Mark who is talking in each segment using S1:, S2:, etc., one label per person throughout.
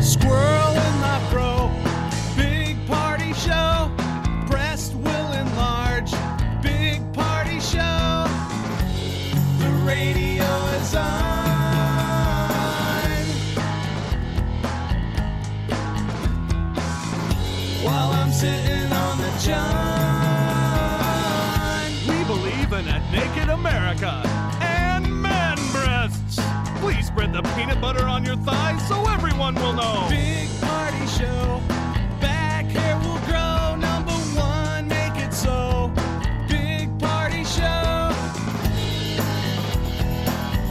S1: Squirrel in my bro, big party show. Breast will enlarge, big party show. The radio is on. While I'm sitting on the john. We believe in a naked America and man breasts. Please spread the peanut butter on your thighs so everyone will know. Big party show. Back hair will grow. Number one, make it so. Big party show.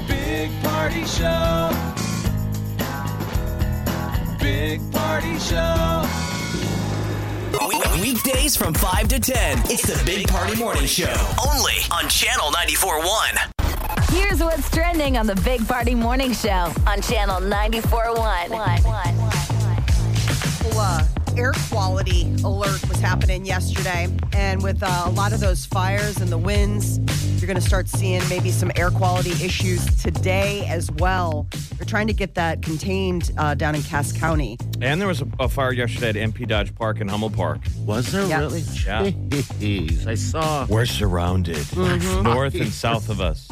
S1: Big party show. Big party show.
S2: Weekdays from 5 to 10. It's the Big Party Morning Show. Only on Channel 94.1.
S3: Here's what's trending on the Big Party Morning Show on Channel 94.1.
S4: Well, uh, air quality alert was happening yesterday, and with uh, a lot of those fires and the winds, you're going to start seeing maybe some air quality issues today as well. They're trying to get that contained uh, down in Cass County.
S5: And there was a, a fire yesterday at MP Dodge Park in Hummel Park.
S6: Was there
S4: Yeah.
S6: really?
S5: Yeah.
S6: Jeez, I saw.
S5: We're surrounded, north and south of us.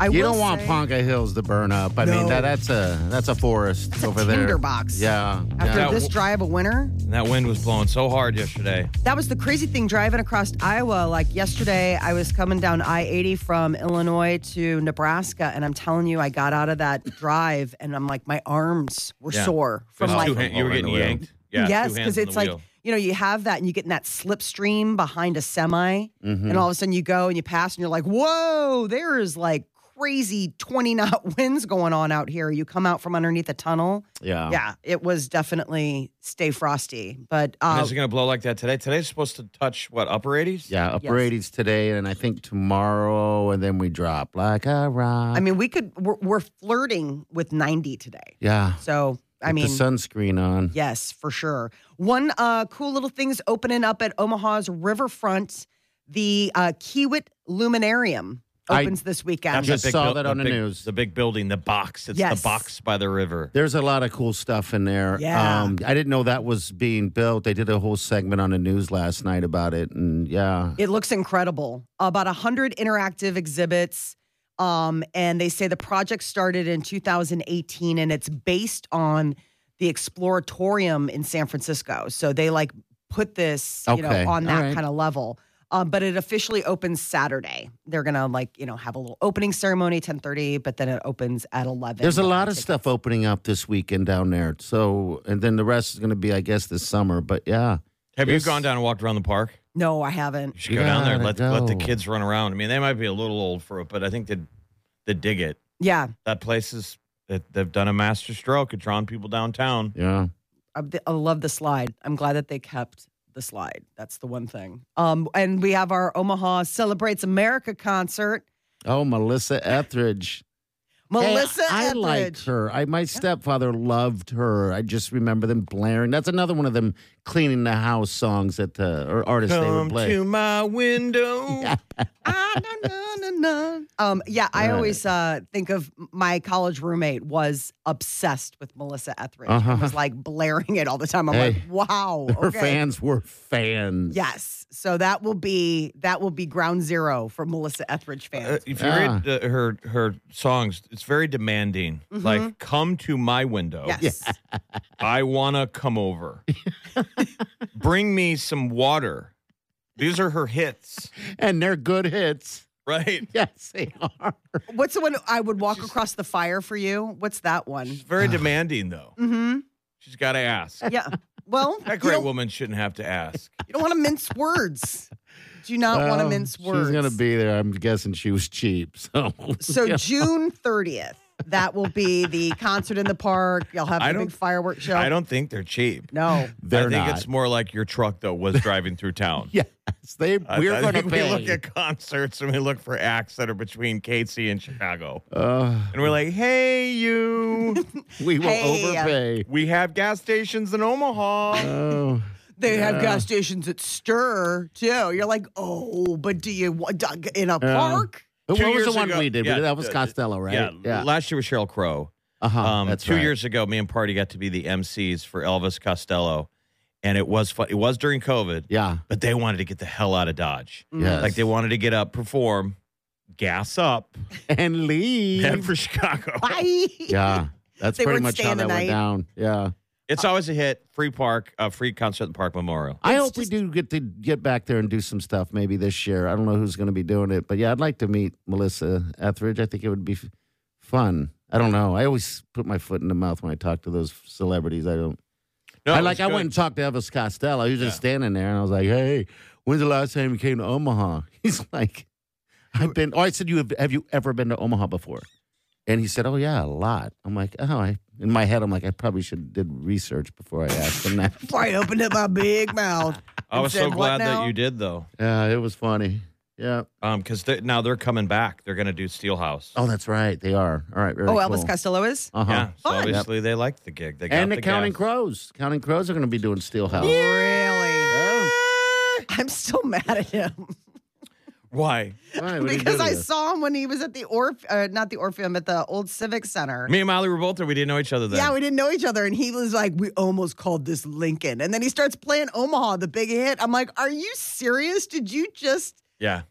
S4: I
S6: You
S4: will
S6: don't want
S4: say-
S6: Ponca Hills to burn up. I mean,
S4: No.
S6: that, that's a that's a forest
S4: a
S6: over there.
S4: tinderbox.
S6: Yeah.
S4: After
S6: yeah.
S4: this dry of a winter,
S5: And that wind was blowing so hard yesterday.
S4: that was the crazy thing driving across Iowa. Like yesterday, I was coming down I 80 from Illinois to Nebraska, and I'm telling you, I got out of that drive, and I'm like, my arms were
S5: Yeah.
S4: sore from
S5: It was
S4: like
S5: two hand- you were getting
S6: Behind the wheel.
S5: yanked. Yeah, two
S4: yes,
S5: hands
S4: because
S5: on
S4: it's
S5: the
S4: like
S5: wheel.
S4: you know you have that, and you get in that slipstream behind a semi, and all of a sudden you go and you pass, and you're like, "Whoa, there is like crazy twenty knot winds going on out here." You come out from underneath a tunnel.
S6: yeah.
S4: Yeah, it was definitely stay frosty, but
S5: And
S4: uh,
S5: is it going to blow like that today? Today's supposed to touch, what, upper 80s?
S6: Yeah, upper
S4: Yes.
S6: 80s today, and I think tomorrow, and then we drop like a rock.
S4: I mean, we could we're, we're flirting with ninety today.
S6: yeah.
S4: So I
S6: Put
S4: mean,
S6: the sunscreen on.
S4: Yes, for sure. One uh, cool little thing's opening up at Omaha's riverfront. The uh, Kiewit Luminarium
S6: I-
S4: opens this weekend.
S5: That's
S6: Just
S5: big
S6: saw that on the
S5: big-
S6: news.
S5: The big building, the box. It's
S4: Yes.
S5: the box by the river.
S6: There's a lot of cool stuff in there.
S4: Yeah.
S6: Um, I didn't know that was being built. They did a whole segment on the news last night about it, and yeah.
S4: It looks incredible. About 100 interactive exhibits. Um, and they say the project started in 2018 and it's based on the Exploratorium in San Francisco. So they like put this, you
S6: Okay.
S4: know, on
S6: All
S4: that
S6: right.
S4: kind of level. Um, but it officially opens Saturday. They're gonna like, you know, have a little opening ceremony, 10:30, but then it opens at 11.
S6: There's a
S4: Buy
S6: lot of
S4: tickets.
S6: stuff opening up this weekend down there. So, and then the rest is going to be, I guess, this summer. But yeah,
S5: Have
S6: Yes.
S5: you gone down and walked around the park?
S4: No, I haven't.
S5: You should go down there and let,
S6: Gotta
S5: let the
S6: go.
S5: kids run around. I mean, they might be a little old for it, but I think they'd, they'd dig it.
S4: Yeah.
S5: That place is, they- they've done a master stroke at drawing people downtown.
S6: yeah.
S4: I, I love the slide. I'm glad that they kept the slide. That's the one thing. Um, and we have our Omaha Celebrates America concert.
S6: Oh, Melissa Etheridge. Hey,
S4: Melissa
S6: I
S4: Etheridge.
S6: liked her. I my stepfather loved her. I just remember them blaring. That's another one of them cleaning the house songs that the or artists they would
S5: Come
S6: play.
S5: to my window.
S4: Ah, na, na, na, na. Um, yeah, I
S6: Right.
S4: always uh, think of my college roommate was obsessed with Melissa Etheridge. and
S6: Uh-huh.
S4: Was like blaring it all the time. I'm
S6: Hey.
S4: like, wow.
S6: Her
S4: okay.
S6: fans were fans.
S4: Yes. So that will be that will be ground zero for Melissa Etheridge fans.
S5: Uh, if you
S6: Yeah.
S5: read uh, her her songs, it's very demanding.
S6: Mm-hmm.
S5: Like, come to my window.
S6: oh,
S4: yes.
S5: I wanna come over. Bring me some water. These are her hits,
S6: and they're good hits.
S5: right?
S6: Yes, they are.
S4: What's the one I would walk across the fire for you? What's that one?
S5: She's very demanding, though.
S4: Mm-hmm.
S5: She's got to ask.
S4: Yeah. Well,
S5: That
S4: you
S5: great
S4: don't,
S5: woman shouldn't have to ask.
S4: you don't want to mince words. Do not want to
S6: Well,
S4: mince
S6: Um, she's
S4: words.
S6: gonna be there. I'm guessing she was cheap. So
S4: So June 30th, that will be the concert in the park. You'll have
S5: I
S4: a big
S5: don't-
S4: fireworks show.
S5: I don't think they're cheap.
S4: No.
S6: they're
S5: I think
S6: not.
S5: it's more like your truck though was driving through town.
S6: yes, they.
S5: I-
S6: we're
S5: I
S6: gonna
S5: think
S6: pay.
S5: We look at concerts and we look for acts that are between KC and Chicago,
S6: Uh,
S5: and we're like, "Hey, you!
S6: we will
S4: Hey. um,
S6: overpay.
S5: we have gas stations in Omaha."
S6: Oh,
S4: They have gas stations at Stir, too. You're like, oh, but do you want in a park?
S6: what
S5: Two
S6: was the
S5: years
S6: one
S5: ago-
S6: we did?
S5: yeah,
S6: we did that was
S5: uh,
S6: Costello, right?
S5: Yeah, last year was Cheryl Crow.
S6: Uh-huh,
S5: Um,
S6: that's
S5: two
S6: right.
S5: years ago, me and Party got to be the MCs for Elvis Costello, and it was fun. It was during COVID,
S6: Yeah.
S5: but they wanted to get the hell out of Dodge.
S4: Mm-hmm.
S6: Yes.
S5: Like they wanted to get up, perform, gas up,
S6: and
S5: head
S6: leave.
S5: for Chicago.
S4: Bye.
S6: yeah. That's
S4: They
S6: pretty
S4: weren't
S6: much how
S4: staying the
S6: that went
S4: night.
S6: down. Yeah.
S5: It's always a hit. Free park, uh, free concert at the Park Memorial.
S6: I hope we do get to get back there and do some stuff maybe this year. I don't know who's going to be doing it, but yeah, I'd like to meet Melissa Etheridge. I think it would be f- fun. I don't know. I always put my foot in the mouth when I talk to those celebrities. I don't.
S5: No,
S6: I
S5: it
S6: like.
S5: was
S6: I
S5: good.
S6: went and talked to Elvis Costello. He was just standing there, and I was like, "Hey, when's the last time you came to Omaha?" He's like, "I've been." Or I said, "You have, have you ever been to Omaha before?" And he said, "Oh yeah, a lot." I'm like, "Oh, I." In my head, I'm like, "I probably should did research before I asked him that."
S4: Before I opened up my big mouth.
S5: I was so
S4: said, "What
S5: glad that
S4: now?"
S5: you did though,
S6: Yeah, it was funny. Yeah.
S5: because they're now they're coming back. They're going to do Steelhouse.
S6: Oh, that's right. They are. All right. Very
S4: Oh,
S6: cool.
S4: Elvis Costello is?
S6: Uh-huh.
S5: Yeah, so
S4: Fun.
S5: obviously they liked the gig. They got
S6: And the,
S5: the
S6: Counting
S5: gas.
S6: Crows. Counting Crows are going to be doing Steelhouse.
S4: Really?
S6: Oh,
S4: I'm still mad at him
S5: Why?
S6: why? What did he
S4: because
S6: do to
S4: I
S6: you?
S4: saw him when he was at the Orph, uh, not the Orpheum, at the old Civic Center.
S5: Me and Molly were both there. We didn't know each other then.
S4: Yeah, we didn't know each other. And he was like, We almost called this Lincoln. And then he starts playing Omaha, the big hit. I'm like, Are you serious? Did you just
S5: yeah.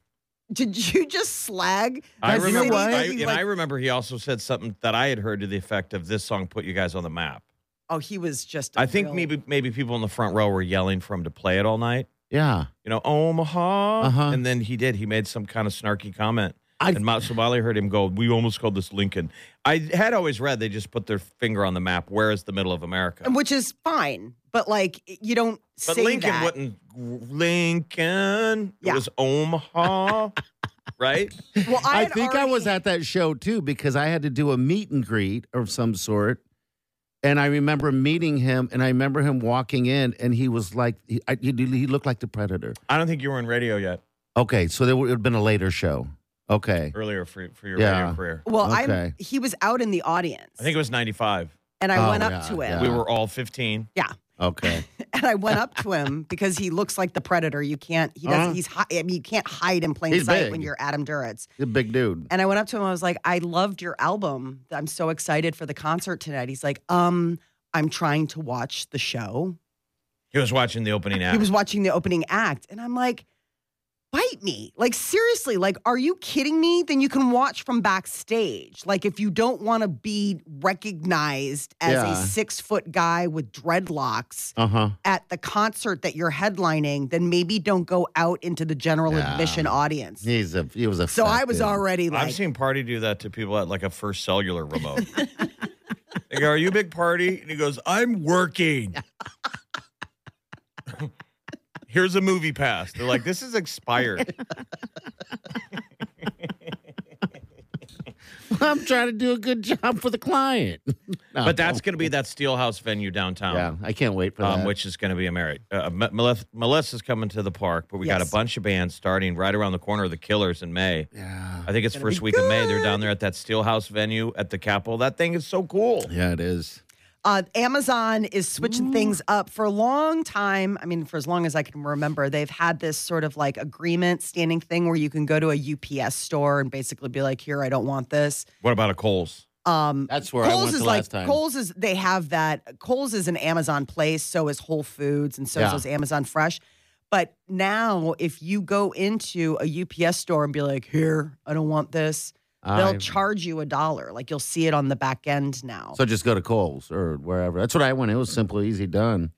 S4: did you just slag?
S5: I
S4: that
S5: remember,
S4: city?
S5: I,
S4: He,
S5: and
S4: like-
S5: I remember he also said something that I had heard to the effect of "This song put you guys on the map."
S4: oh, he was just I
S5: I think maybe maybe people in the front row were yelling for him to play it all night.
S6: Yeah.
S5: You know, Omaha,
S6: Uh-huh.
S5: and then he did. He made some kind of snarky comment,
S6: I-
S5: and Mount Somali heard him go, "We almost called this Lincoln." I had always read they just put their finger on the map. Where is the middle of America?
S4: which is fine, but like you don't
S5: But
S4: say
S5: Lincoln
S4: that.
S5: wouldn't. Lincoln. It
S4: Yeah.
S5: was Omaha, right?
S4: Well, I,
S6: I,
S4: had
S6: think I was
S4: already-
S6: at that show too because I had to do a meet and greet of some sort. And I remember meeting him, and I remember him walking in, and he was like, he, I, he, he looked like the Predator.
S5: I don't think you were in radio yet.
S6: Okay, so there would have been a later show. Okay.
S5: Earlier for for your
S6: Yeah.
S5: radio career,
S4: Well, I'm
S6: Okay.
S4: he was out in the audience.
S5: I think it was '95.
S4: and I
S6: Oh,
S4: went up
S6: yeah,
S4: to him.
S5: We
S6: Yeah.
S5: were all 15.
S6: Okay.
S4: And I went up to him because he looks like the predator. You can't he doesn't
S6: Uh-huh.
S4: he's hi- I mean you can't hide in plain
S6: He's
S4: sight
S6: big.
S4: when you're Adam Duritz.
S6: the big dude.
S4: And I went up to him. I was like, I loved your album. I'm so excited for the concert tonight. He's like, um, I'm trying to watch the show.
S5: He was watching the opening act.
S4: He was watching the opening act. And I'm like, bite me. Like, seriously, like, are you kidding me? Then you can watch from backstage. Like, if you don't want to be recognized as a
S6: Yeah.
S4: six foot guy with dreadlocks
S6: Uh huh.
S4: at the concert that you're headlining, then maybe don't go out into the general
S6: Yeah.
S4: admission audience.
S6: He's a. He was a.
S4: So I
S6: fat
S4: was
S6: dude.
S4: already like,
S5: I've seen Party do that to people at like a first cellular remote. they go, Are you a big party? And he goes, I'm working. Here's a movie pass. They're like, This is expired.
S6: I'm trying to do a good job for the client. No,
S5: But that's going to be that Steelhouse venue downtown.
S6: yeah. I can't wait for
S5: Um,
S6: that.
S5: which is going to be a merit. Uh, Me- Meleth- Melissa's coming to the park, but we got
S4: Yes.
S5: a bunch of bands starting right around the corner of the Killers in May.
S6: yeah.
S5: I think it's first week of May. They're down there at that Steelhouse venue at the Capitol. That thing is so cool.
S6: Yeah, it is.
S4: Uh, Amazon is switching things up for a long time. I mean, for as long as I can remember, they've had this sort of like agreement standing thing where you can go to a UPS store and basically be like, "Here, I don't want this."
S5: What about a Coles?
S4: Um,
S6: That's where I
S4: Kohl's
S6: went
S4: is
S6: the
S4: like
S6: last time.
S4: Kohl's is they have that. Kohl's is an Amazon place, so is Whole Foods, and so
S6: Yeah.
S4: is Amazon Fresh. But now, if you go into a UPS store and be like, "Here, I don't want this," they'll
S6: I-
S4: charge you a dollar. Like you'll see it on the back end now.
S6: So just go to Kohl's or wherever. That's what I went. It was simple, easy done.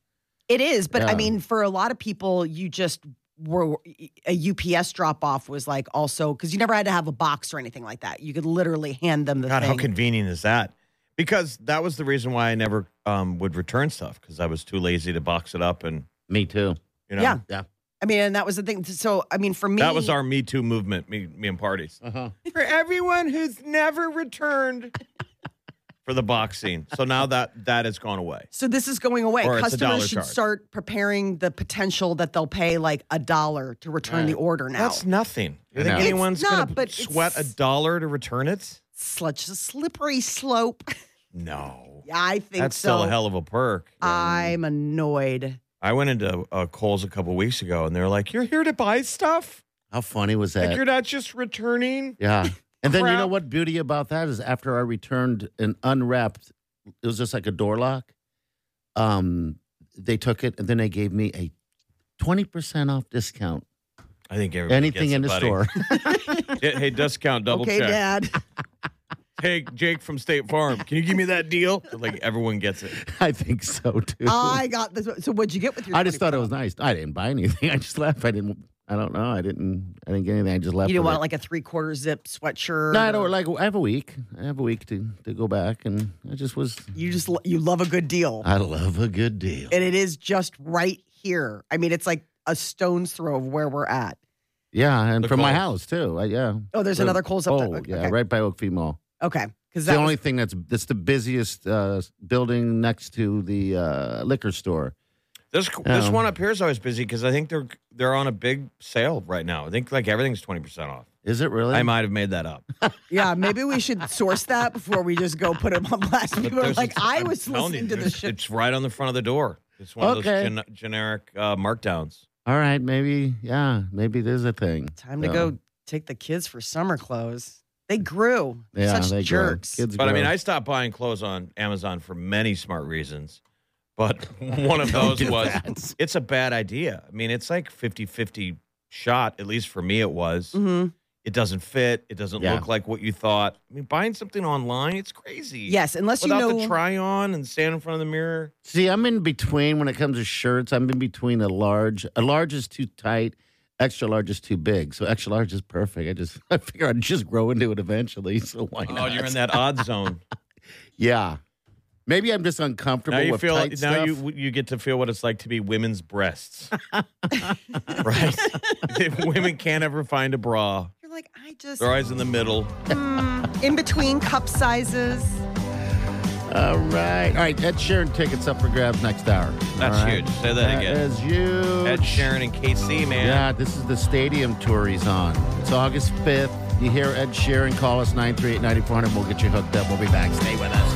S4: It is, but I
S6: Yeah.
S4: mean, for a lot of people, you just were e, a UPS drop off was like also because you never had to have a box or anything like that. You could literally hand them the
S5: God,
S4: thing.
S5: how convenient is that? Because that was the reason why I never um, would return stuff because I was too lazy to box it up and
S6: Me too.
S5: you know.
S4: Yeah.
S6: Yeah.
S4: I mean, and that was the thing. So, I mean, for me,
S5: That was our Me Too movement, me, me and parties.
S6: Uh-huh.
S5: For everyone who's never returned for the box scene. So now that that has gone away.
S4: So this is going away.
S5: Or it's a dollar
S4: Customers should
S5: charge.
S4: start preparing the potential that they'll pay like a dollar to return the order now.
S5: That's nothing. You
S6: I
S5: think
S6: know. It's
S5: anyone's
S4: not,
S5: going
S4: but
S5: to sweat
S4: it's-
S5: a dollar to return it?
S4: Such a slippery slope.
S5: No.
S4: yeah, I think
S5: That's
S4: so.
S5: still a hell of a perk.
S4: I'm annoyed.
S5: I went into uh, Kohl's a couple weeks ago and they're like, you're here to buy stuff?
S6: How funny was
S5: Like,
S6: that?
S5: you're not just returning?
S6: yeah. And then you know
S5: Crap.
S6: what beauty about that is after I returned and unwrapped, it was just like a door lock. Um, they took it and then they gave me a twenty percent off discount.
S5: I think everybody
S6: Anything
S5: gets
S6: in
S5: it,
S6: the
S5: buddy.
S6: store.
S5: Yeah, hey, discount double
S4: okay,
S5: check.
S4: Dad.
S5: Hey, Jake from State Farm, can you give me that deal? Like everyone gets it.
S6: I think so too.
S4: I got this. So what'd you get with your?
S6: I just thought it
S4: 20%?
S6: was nice. I didn't buy anything. I just left. I didn't. I don't know. I didn't. I didn't get anything. I just left.
S4: You didn't
S6: with
S4: want
S6: it.
S4: like a three quarter zip sweatshirt.
S6: No, I
S4: or-
S6: don't like. I have a week. I have a week to to go back, and I just was.
S4: You just lo- you love a good deal,
S6: I love a good deal.
S4: and it is just right here. I mean, it's like a stone's throw of where we're at.
S6: Yeah, and
S5: The
S6: from my
S5: Kohl's.
S6: house too. I, yeah.
S4: Oh, there's
S6: Right-
S4: another Kohl's up
S6: Oh,
S4: there. Okay,
S6: yeah,
S4: okay.
S6: right by Oakview Mall.
S4: Okay, because
S6: It's the only thing that's that's the busiest uh, building next to the uh, liquor store.
S5: This this
S6: Yeah.
S5: one up here is always busy because I think they're they're on a big sale right now. I think like everything's twenty percent off.
S6: Is it really?
S5: I might have made that up.
S4: Yeah, maybe we should source that before we just go put them on blast. People are
S5: there's-
S4: like, I
S5: I'm
S4: was
S5: telling you,
S4: listening to the
S5: there's-
S4: show.
S5: It's right on the front of the door. It's one
S6: Okay.
S5: of those gen- generic uh, markdowns.
S6: All right, maybe. Yeah, maybe there's a thing.
S4: Time to
S6: So,
S4: go take the kids for summer clothes. They grew.
S6: Yeah,
S4: Such
S6: they grow.
S4: jerks.
S6: Kids
S5: But I mean,
S6: grow.
S5: I stopped buying clothes on Amazon for many smart reasons. But one of
S6: Don't
S5: those
S6: do
S5: was
S6: that.
S5: it's a bad idea. I mean, it's like 50 50 shot, at least for me, it was.
S4: hmm
S5: It doesn't fit. It doesn't
S6: Yeah.
S5: look like what you thought. I mean, buying something online, it's crazy.
S4: Yes, unless
S5: Without
S4: you know.
S5: the try on and stand in front of the mirror.
S6: See, I'm in between when it comes to shirts. I'm in between a large. A large is too tight. Extra large is too big. So extra large is perfect. I just I figure I'd just grow into it eventually. So why
S5: Oh,
S6: not?
S5: you're in that odd zone.
S6: yeah. Maybe I'm just uncomfortable
S5: now you
S6: with
S5: feel. Now
S6: tight stuff.
S5: you you get to feel what it's like to be women's breasts, right? If women can't ever find a bra,
S4: You're like, I just.
S5: they're always in the middle.
S4: In between cup sizes.
S6: All right. All right. Ed Sheeran tickets up for grabs next hour.
S5: That's
S6: All right.
S5: huge. Say that,
S6: That
S5: again.
S6: is huge.
S5: Ed Sheeran and KC, man.
S6: Yeah, this is the stadium tour he's on. It's August 5th. You hear Ed Sheeran, call us 938 9400. We'll get you hooked up. We'll be back. Stay with us.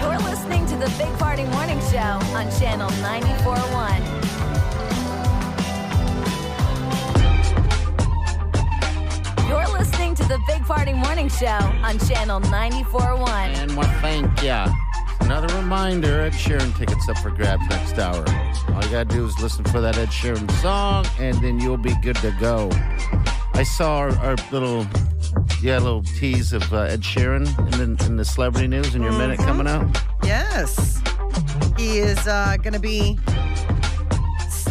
S3: You're listening to the Big Party Morning Show on Channel 94.1. You're listening to the Big Party Morning Show on Channel 94.1.
S6: And we thank ya. Another reminder Ed Sheeran tickets up for grabs next hour. All you got to do is listen for that Ed Sheeran song, and then you'll be good to go. I saw our, our little yellow tease of uh, Ed Sheeran in the, in the celebrity news in your minute
S4: Mm-hmm.
S6: coming out.
S4: Yes. He is uh, going to be.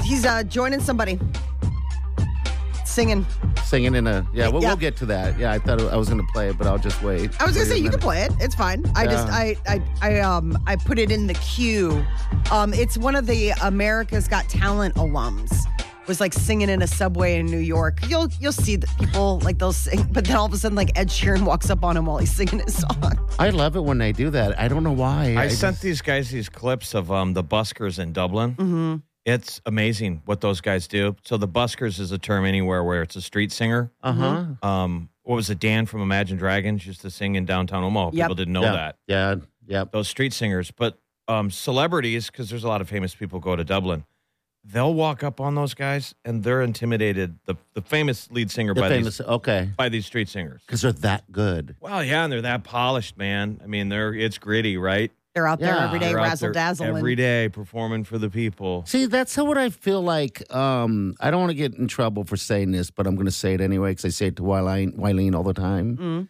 S4: He's uh, joining somebody. Singing.
S6: Singing in a yeah, we'll,
S4: Yeah.
S6: we'll get to that. Yeah, I thought I was gonna play it, but I'll just wait.
S4: I was gonna
S6: for
S4: say
S6: your
S4: you can
S6: minute.
S4: play it. It's fine. I just
S6: Yeah.
S4: I, I I um I put it in the queue. Um, it's one of the America's Got Talent alums was like singing in a subway in New York. You'll you'll see that people like they'll sing, but then all of a sudden like Ed Sheeran walks up on him while he's singing his song.
S6: I love it when they do that. I don't know why.
S5: I sent
S6: just-
S5: these guys these clips of um, the buskers in Dublin.
S4: Mm-hmm.
S5: It's amazing what those guys do. So the buskers is a term anywhere where it's a street singer.
S6: uh-huh.
S5: Um, what was it? Dan from Imagine Dragons used to sing in downtown Omaha.
S4: Yep.
S5: People didn't know
S6: yeah.
S5: that.
S6: Yeah, yeah.
S5: Those street singers, but um, celebrities, because there's a lot of famous people go to Dublin. They'll walk up on those guys, and they're intimidated. The the famous lead singer
S6: The
S5: by
S6: famous
S5: these
S6: okay.
S5: by these street singers.
S6: Because they're that good.
S5: Well, yeah, and they're that polished, man. I mean, they're it's gritty, right?
S4: They're out there
S6: Yeah.
S4: every day,
S5: They're out
S4: razzle
S5: there
S4: dazzle.
S5: every
S4: and
S5: day performing for the people.
S6: See, that's how what I feel like. Um, I don't want to get in trouble for saying this, but I'm going to say it anyway because I say it to Wileen, Wileen all the time.
S5: Mm-hmm.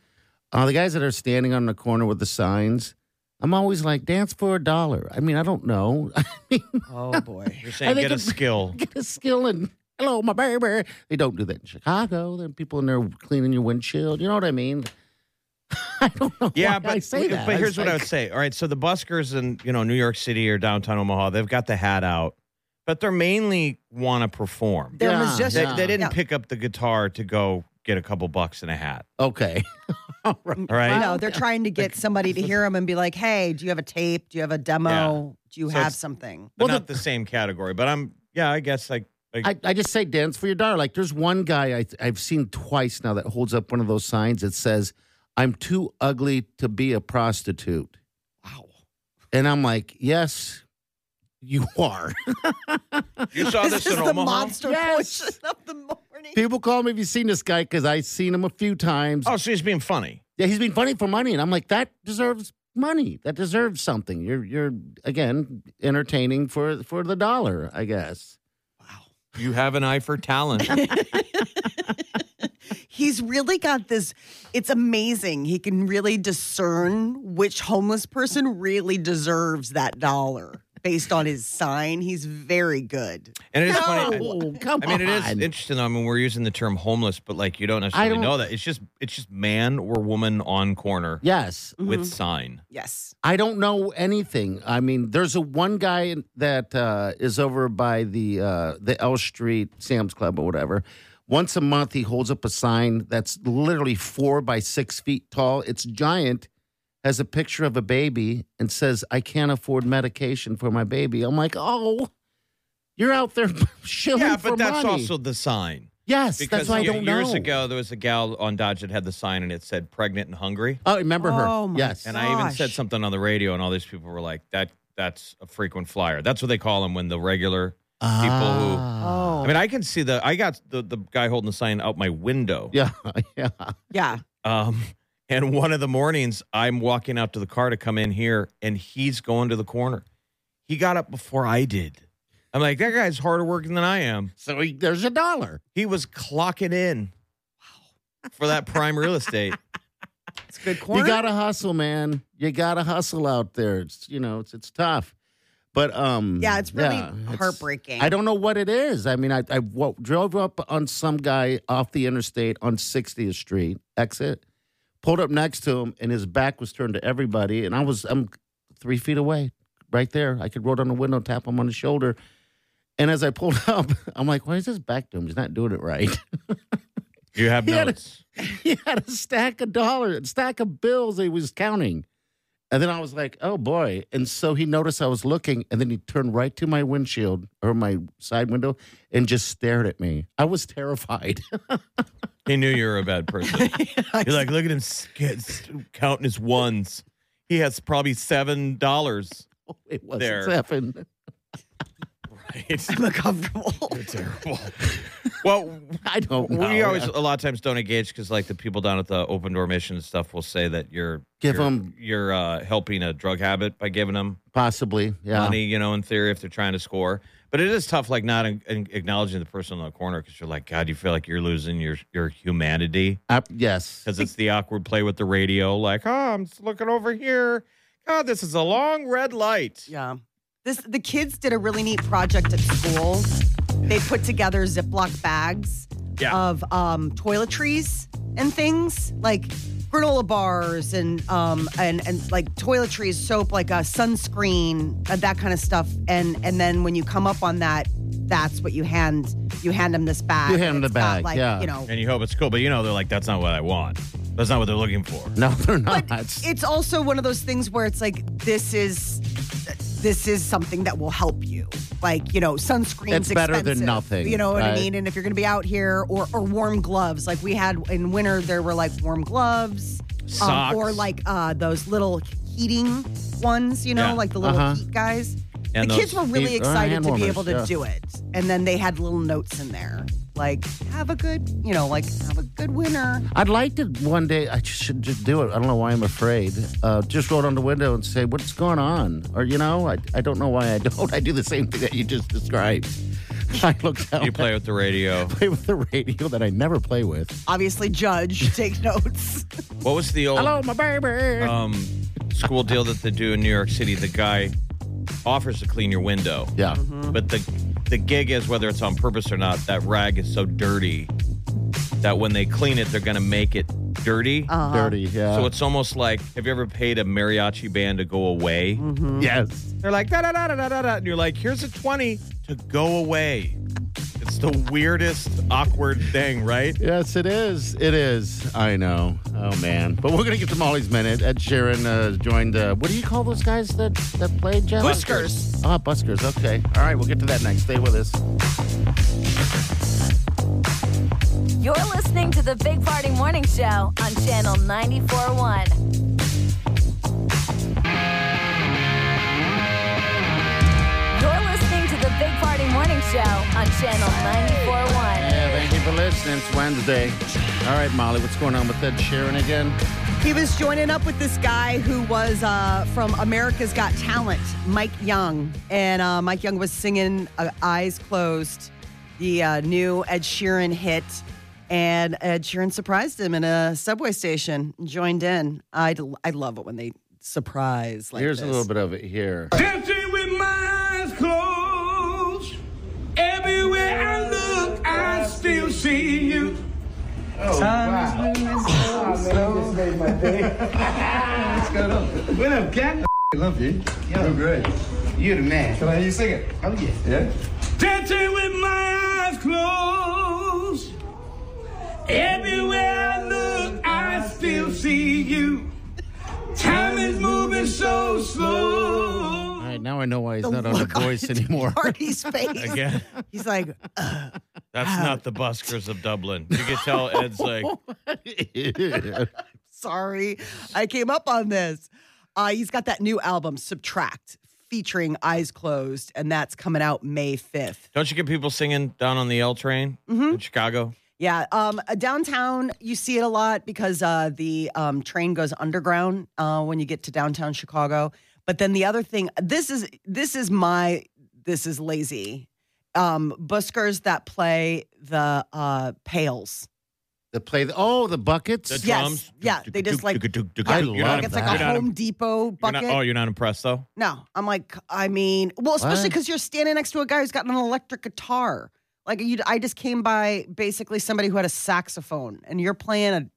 S6: Uh, the guys that are standing on the corner with the signs, I'm always like, dance for a dollar. I mean, I don't know. I mean,
S4: Oh boy.
S5: You're
S6: I
S5: saying
S6: think
S5: get a
S6: it's-
S5: skill.
S6: get a skill and hello, my baby. They don't do that in Chicago. There are people in there cleaning your windshield. You know what I mean? I don't know
S5: Yeah,
S6: why
S5: but
S6: I say that.
S5: But here's
S6: It's
S5: what I
S6: like-
S5: would say. All right, so the buskers in you know New York City or downtown Omaha, they've got the hat out, but they're mainly want to perform.
S4: They're
S6: Yeah,
S4: magicians.
S5: They, they didn't
S4: Yeah.
S5: pick up the guitar to go get a couple bucks and a hat.
S6: Okay. All right.
S5: All right.
S4: No, they're trying to get somebody to hear them and be like, "Hey, do you have a tape? Do you have a demo? Do you
S5: So
S4: have
S5: it's-
S4: something?"
S5: They're
S6: Well, the-
S5: not the, same category, but I'm yeah, I guess like, like
S6: I, I just say dance for your dollar. Like there's one guy I, I've seen twice now that holds up one of those signs that says, "I'm too ugly to be a prostitute."
S4: Wow.
S6: And I'm like, yes, you are.
S5: you saw
S4: This
S5: this,
S4: is
S5: in
S4: the
S5: Omaha.
S4: monster
S6: Yes.
S4: portion of the morning.
S6: People call me, have you seen this guy? Because I've seen him a few times.
S5: Oh, so he's being funny.
S6: Yeah, he's been funny for money. And I'm like, that deserves money. That deserves something. You're, you're again, entertaining for, for the dollar, I guess.
S5: You have an eye for talent.
S4: He's really got this. It's amazing. He can really discern which homeless person really deserves that dollar based on his sign. He's very good.
S5: And it is funny.
S6: Oh, come
S5: I mean, it is
S6: on.
S5: interesting. though. I mean, we're using the term homeless, but like you don't necessarily
S6: don't-
S5: know that. It's just it's just man or woman on corner
S6: Yes.
S5: with sign.
S4: Yes.
S6: I don't know anything. I mean, there's a one guy in- that uh, is over by the uh, the L Street Sam's Club or whatever. Once a month, he holds up a sign that's literally four by six feet tall. It's giant, has a picture of a baby, and says, "I can't afford medication for my baby." I'm like, "Oh, you're out there shilling
S5: Yeah,
S6: for
S5: but that's
S6: money."
S5: also the sign.
S6: yes,
S5: Because
S6: that's why I
S5: ye-
S6: don't
S5: years
S6: know.
S5: ago, there was a gal on Dodge that had the sign and it said "pregnant and hungry,"
S6: oh, I remember her?
S4: Oh, my
S6: yes,
S5: and I even
S4: Gosh.
S5: said something on the radio, and all these people were like, "That that's a frequent flyer." That's what they call them when the regular. who-
S6: Ah.
S4: Oh.
S5: I mean, I can see the I got the the guy holding the sign out my window.
S6: yeah, yeah.
S4: yeah.
S5: Um, and one of the mornings, I'm walking out to the car to come in here, and he's going to the corner. He got up before I did. I'm like, that guy's harder working than I am.
S6: So he, there's a dollar.
S5: He was clocking in for that prime real estate.
S4: It's a good corner.
S6: You gotta hustle, man. You gotta hustle out there. It's you know, it's it's tough. But um
S4: Yeah, it's really
S6: it's-
S4: heartbreaking.
S6: I don't know what it is. I mean, I I wo- drove up on some guy off the interstate on 60th Street exit, pulled up next to him, and his back was turned to everybody, and I was I'm three feet away, right there. I could roll down the window, tap him on the shoulder, and as I pulled up, I'm like, why is his back to him? He's not doing it right.
S5: You have
S6: He had a-
S5: notes.
S6: he had a stack of dollars, a stack of bills he was counting. And then I was like, oh boy. And so he noticed I was looking, and then he turned right to my windshield or my side window and just stared at me. I was terrified.
S5: He knew you were a bad person. You're like, look at him s- get- s- counting his ones. He has probably seven dollars.
S6: it was
S5: There.
S6: seven.
S5: Right.
S4: I'm uncomfortable.
S5: Terrible. Well,
S6: I don't know.
S5: we always a lot of times don't engage because like the people down at the open door mission and stuff will say that you're
S6: Give
S5: you're,
S6: 'em-
S5: you're uh, helping a drug habit by giving them
S6: possibly. Yeah.
S5: money, you know, in theory if they're trying to score. But it is tough, like not in, in acknowledging the person on the corner because you're like, God, you feel like you're losing your your humanity
S6: Uh, yes.
S5: because it's the awkward play with the radio, like, oh, I'm just looking over here. God, this is a long red light.
S4: Yeah. This the kids did a really neat project at school. They put together Ziploc bags
S5: Yeah.
S4: of um, toiletries and things like granola bars and um, and and like toiletries, soap, like a sunscreen, uh, that kind of stuff. And and then when you come up on that, that's what you hand you hand them this bag.
S6: You hand 'em the
S4: It's got,
S6: bag,
S4: like
S6: yeah.
S4: you know.
S5: And you hope it's cool, but you know they're like, that's not what I want. That's not what they're looking for.
S6: No, they're not.
S4: It's also one of those things where it's like this is this is something that will help you. Like, you know, sunscreen.
S6: It's better than nothing,
S4: You know what I
S6: right?
S4: mean? And if you're gonna be out here or or warm gloves. Like we had in winter there were like warm gloves.
S5: Socks.
S4: or like uh those little heating ones, you know,
S5: Yeah.
S4: like the little
S6: Uh-huh.
S4: heat guys.
S5: And
S4: the kids were
S5: those
S4: really
S6: heat- uh,
S4: excited
S6: hand
S4: to be
S6: warmers,
S4: able to
S6: yeah.
S4: do it. And then they had little notes in there. Like, have a good, you know, like have a good winter.
S6: I'd like to one day. I just should just do it. I don't know why I'm afraid. Uh, just roll down the window and say, "What's going on?" Or you know, I, I don't know why I don't. I do the same thing that you just described. I look down.
S5: You play with the radio.
S6: play with the radio that I never play with.
S4: Obviously, judge, take notes.
S5: What was the old
S6: Hello, my baby.
S5: um, school deal that they do in New York City? The guy offers to clean your window,
S6: yeah.
S5: but the the gig is whether it's on purpose or not. That rag is so dirty that when they clean it, they're going to make it dirty.
S4: Uh-huh.
S6: Dirty, Oh. yeah.
S5: So it's almost like have you ever paid a mariachi band to go away?
S6: Mm-hmm. yes.
S5: They're like da da da da da da da, and you're like, here's a twenty to go away. It's the weirdest, awkward thing, right?
S6: Yes, it is. It is. I know. Oh man. But we're gonna get to Molly's minute. Ed Sheeran uh, joined. Uh, what do you call those guys that that played jazz?
S4: Buskers.
S6: Ah, buskers. Okay. All right. We'll get to that next. Stay with us.
S3: You're listening to the Big Party Morning Show on Channel 94.1. You're listening to the Big Party Morning Show on Channel 94.1.
S6: Yeah. Thank you for listening. It's Wednesday. All right, Molly. What's going on with Ed Sheeran again?
S4: He was joining up with this guy who was uh, from America's Got Talent, Mike Young. And uh, Mike Young was singing uh, Eyes Closed, the uh, new Ed Sheeran hit. And Ed Sheeran surprised him in a subway station and joined in. I, I love it when they surprise like
S6: Here's
S4: this.
S6: a little bit of it here.
S7: Dancing with my eyes closed. Everywhere I look, I still see you. Oh, wow. man, this made my day. What's going on? What up, Cat? I love you. You're great. You're the man. Can I hear you sing it? Oh, yeah. Yeah? Dancing with my eyes closed. Everywhere I look, I still see you. Time is moving so slow.
S6: All right. Now I know why he's not on the
S4: Look on
S6: voice anymore.
S4: Party's face.
S5: Again,
S4: He's like,
S5: that's not the buskers of Dublin. You can tell Ed's like,
S4: sorry, I came up on this. Uh, he's got that new album, Subtract, featuring Eyes Closed, and that's coming out May 5th.
S5: don't you get people singing down on the L train in Chicago?
S4: Yeah, um, uh, downtown, you see it a lot because uh, the um, train goes underground uh, when you get to downtown Chicago. But then the other thing, this is this is my this is lazy. Um, buskers that play the uh, pails.
S6: the play. The, oh, the buckets.
S5: The
S4: Yes,
S5: drums?
S4: yeah, they just like-
S6: I
S5: You're
S6: love
S5: not-
S4: It's like
S6: that.
S4: a
S5: you're not-
S4: Home Depot
S5: you're not-
S4: bucket.
S5: Oh, you're not impressed though?
S4: No, I'm like, I mean, well, especially
S6: What?
S4: because you're standing next to a guy who's got an electric guitar. Like, you, I just came by basically somebody who had a saxophone, and you're playing a,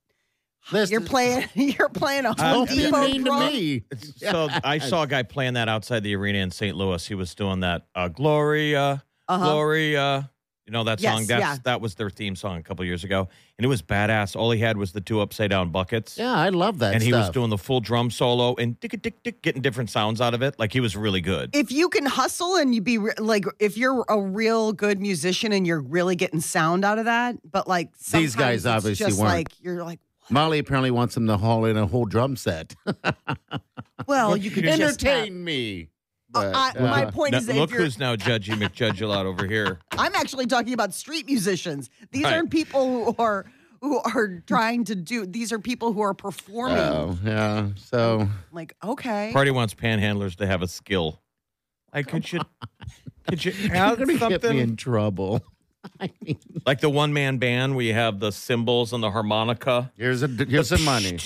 S6: Listen,
S4: you're playing, you're playing a Home
S6: Don't be
S4: Depot
S6: mean to
S4: drum.
S6: Oh, me.
S5: So I saw a guy playing that outside the arena in St. Louis. He was doing that uh, Gloria,
S4: Uh-huh.
S5: Gloria. You know that
S4: Yes,
S5: song? That's
S4: yeah.
S5: that was their theme song a couple years ago, and it was badass. All he had was the two upside down buckets,
S6: Yeah, I love that.
S5: and he was
S6: stuff.
S5: doing the full drum solo and tick tick tick, getting different sounds out of it. Like he was really good.
S4: If you can hustle and you be re- like, if you're a real good musician and you're really getting sound out of that, but like
S6: These guys
S4: sometimes it's
S6: obviously
S4: just
S6: weren't.
S4: like you're like,
S6: Molly apparently wants him to haul in a whole drum set.
S4: well, you could just tap.
S6: Entertain me. But,
S4: I,
S6: uh,
S4: my point
S5: Now,
S4: is, that if
S5: look
S4: you're,
S5: who's now Judgy McJudgelot over here.
S4: I'm actually talking about street musicians. These
S5: Right.
S4: aren't people who are who are trying to do. These are people who are performing.
S6: oh, yeah. So
S4: Like okay,
S5: Party wants panhandlers to have a skill. Like could you could you add
S6: you're gonna get
S5: something?
S6: me in trouble.
S5: like the one man band where you have the cymbals and the harmonica.
S6: Here's a here's some money.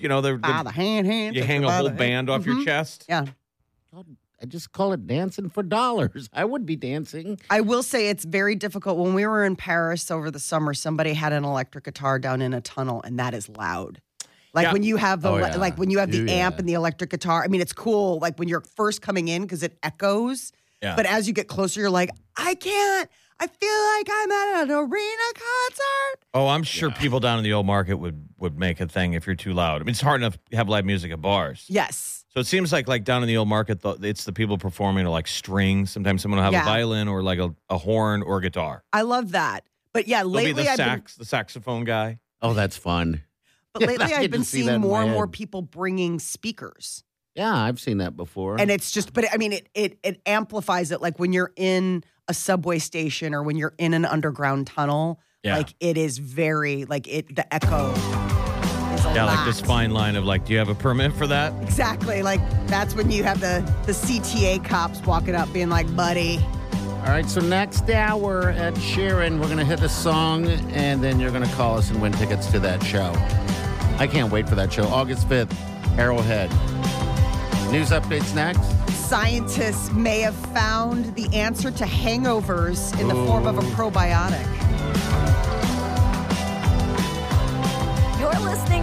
S5: You know, they're,
S4: ah, the hand hand.
S5: you hang a
S4: by the Mm-hmm.
S5: whole
S4: hand.
S5: band off your chest.
S4: Yeah,
S6: I just call it dancing for dollars. I would be dancing.
S4: I will say it's very difficult. When we were in Paris over the summer, somebody had an electric guitar down in a tunnel, and that is loud. Like
S5: Yeah.
S4: when you have the
S6: Oh,
S4: le-
S6: yeah.
S4: like when you have the
S6: Ooh,
S4: amp
S6: yeah.
S4: and the electric guitar. I mean, it's cool. Like when you're first coming in because it echoes.
S5: Yeah.
S4: But as you get closer, you're like, I can't. I feel like I'm at an arena concert.
S5: Oh, I'm sure people down in the old market would would make a thing if you're too loud. I mean, it's hard enough to have live music at bars.
S4: Yes.
S5: So it seems like like down in the old market, the, it's the people performing are like strings. Sometimes someone will have
S4: Yeah.
S5: a violin or like a, a horn or a guitar.
S4: I love that. But yeah,
S5: They'll be
S4: lately
S5: the
S4: I've been,
S5: sax, the saxophone guy.
S6: Oh, that's fun.
S4: but lately
S6: I
S4: I've been
S6: didn't see that
S4: seeing
S6: in
S4: more
S6: my
S4: and more
S6: head.
S4: people bringing speakers,
S6: Yeah, I've seen that before.
S4: and it's just. But I mean, it it it amplifies it. Like when you're in a subway station or when you're in an underground tunnel,
S5: Yeah.
S4: like it is very like it the echo. Is a
S5: Yeah, like
S4: lot.
S5: this fine line of like, do you have a permit for that?
S4: Exactly. Like that's when you have the the CTA cops walking up, being like, "Buddy,
S6: All right, so next hour at Sheeran, we're going to hit a song, and then you're going to call us and win tickets to that show. I can't wait for that show. August 5th, Arrowhead. News updates next.
S4: scientists may have found the answer to hangovers in the form of a probiotic."
S3: You're You're listening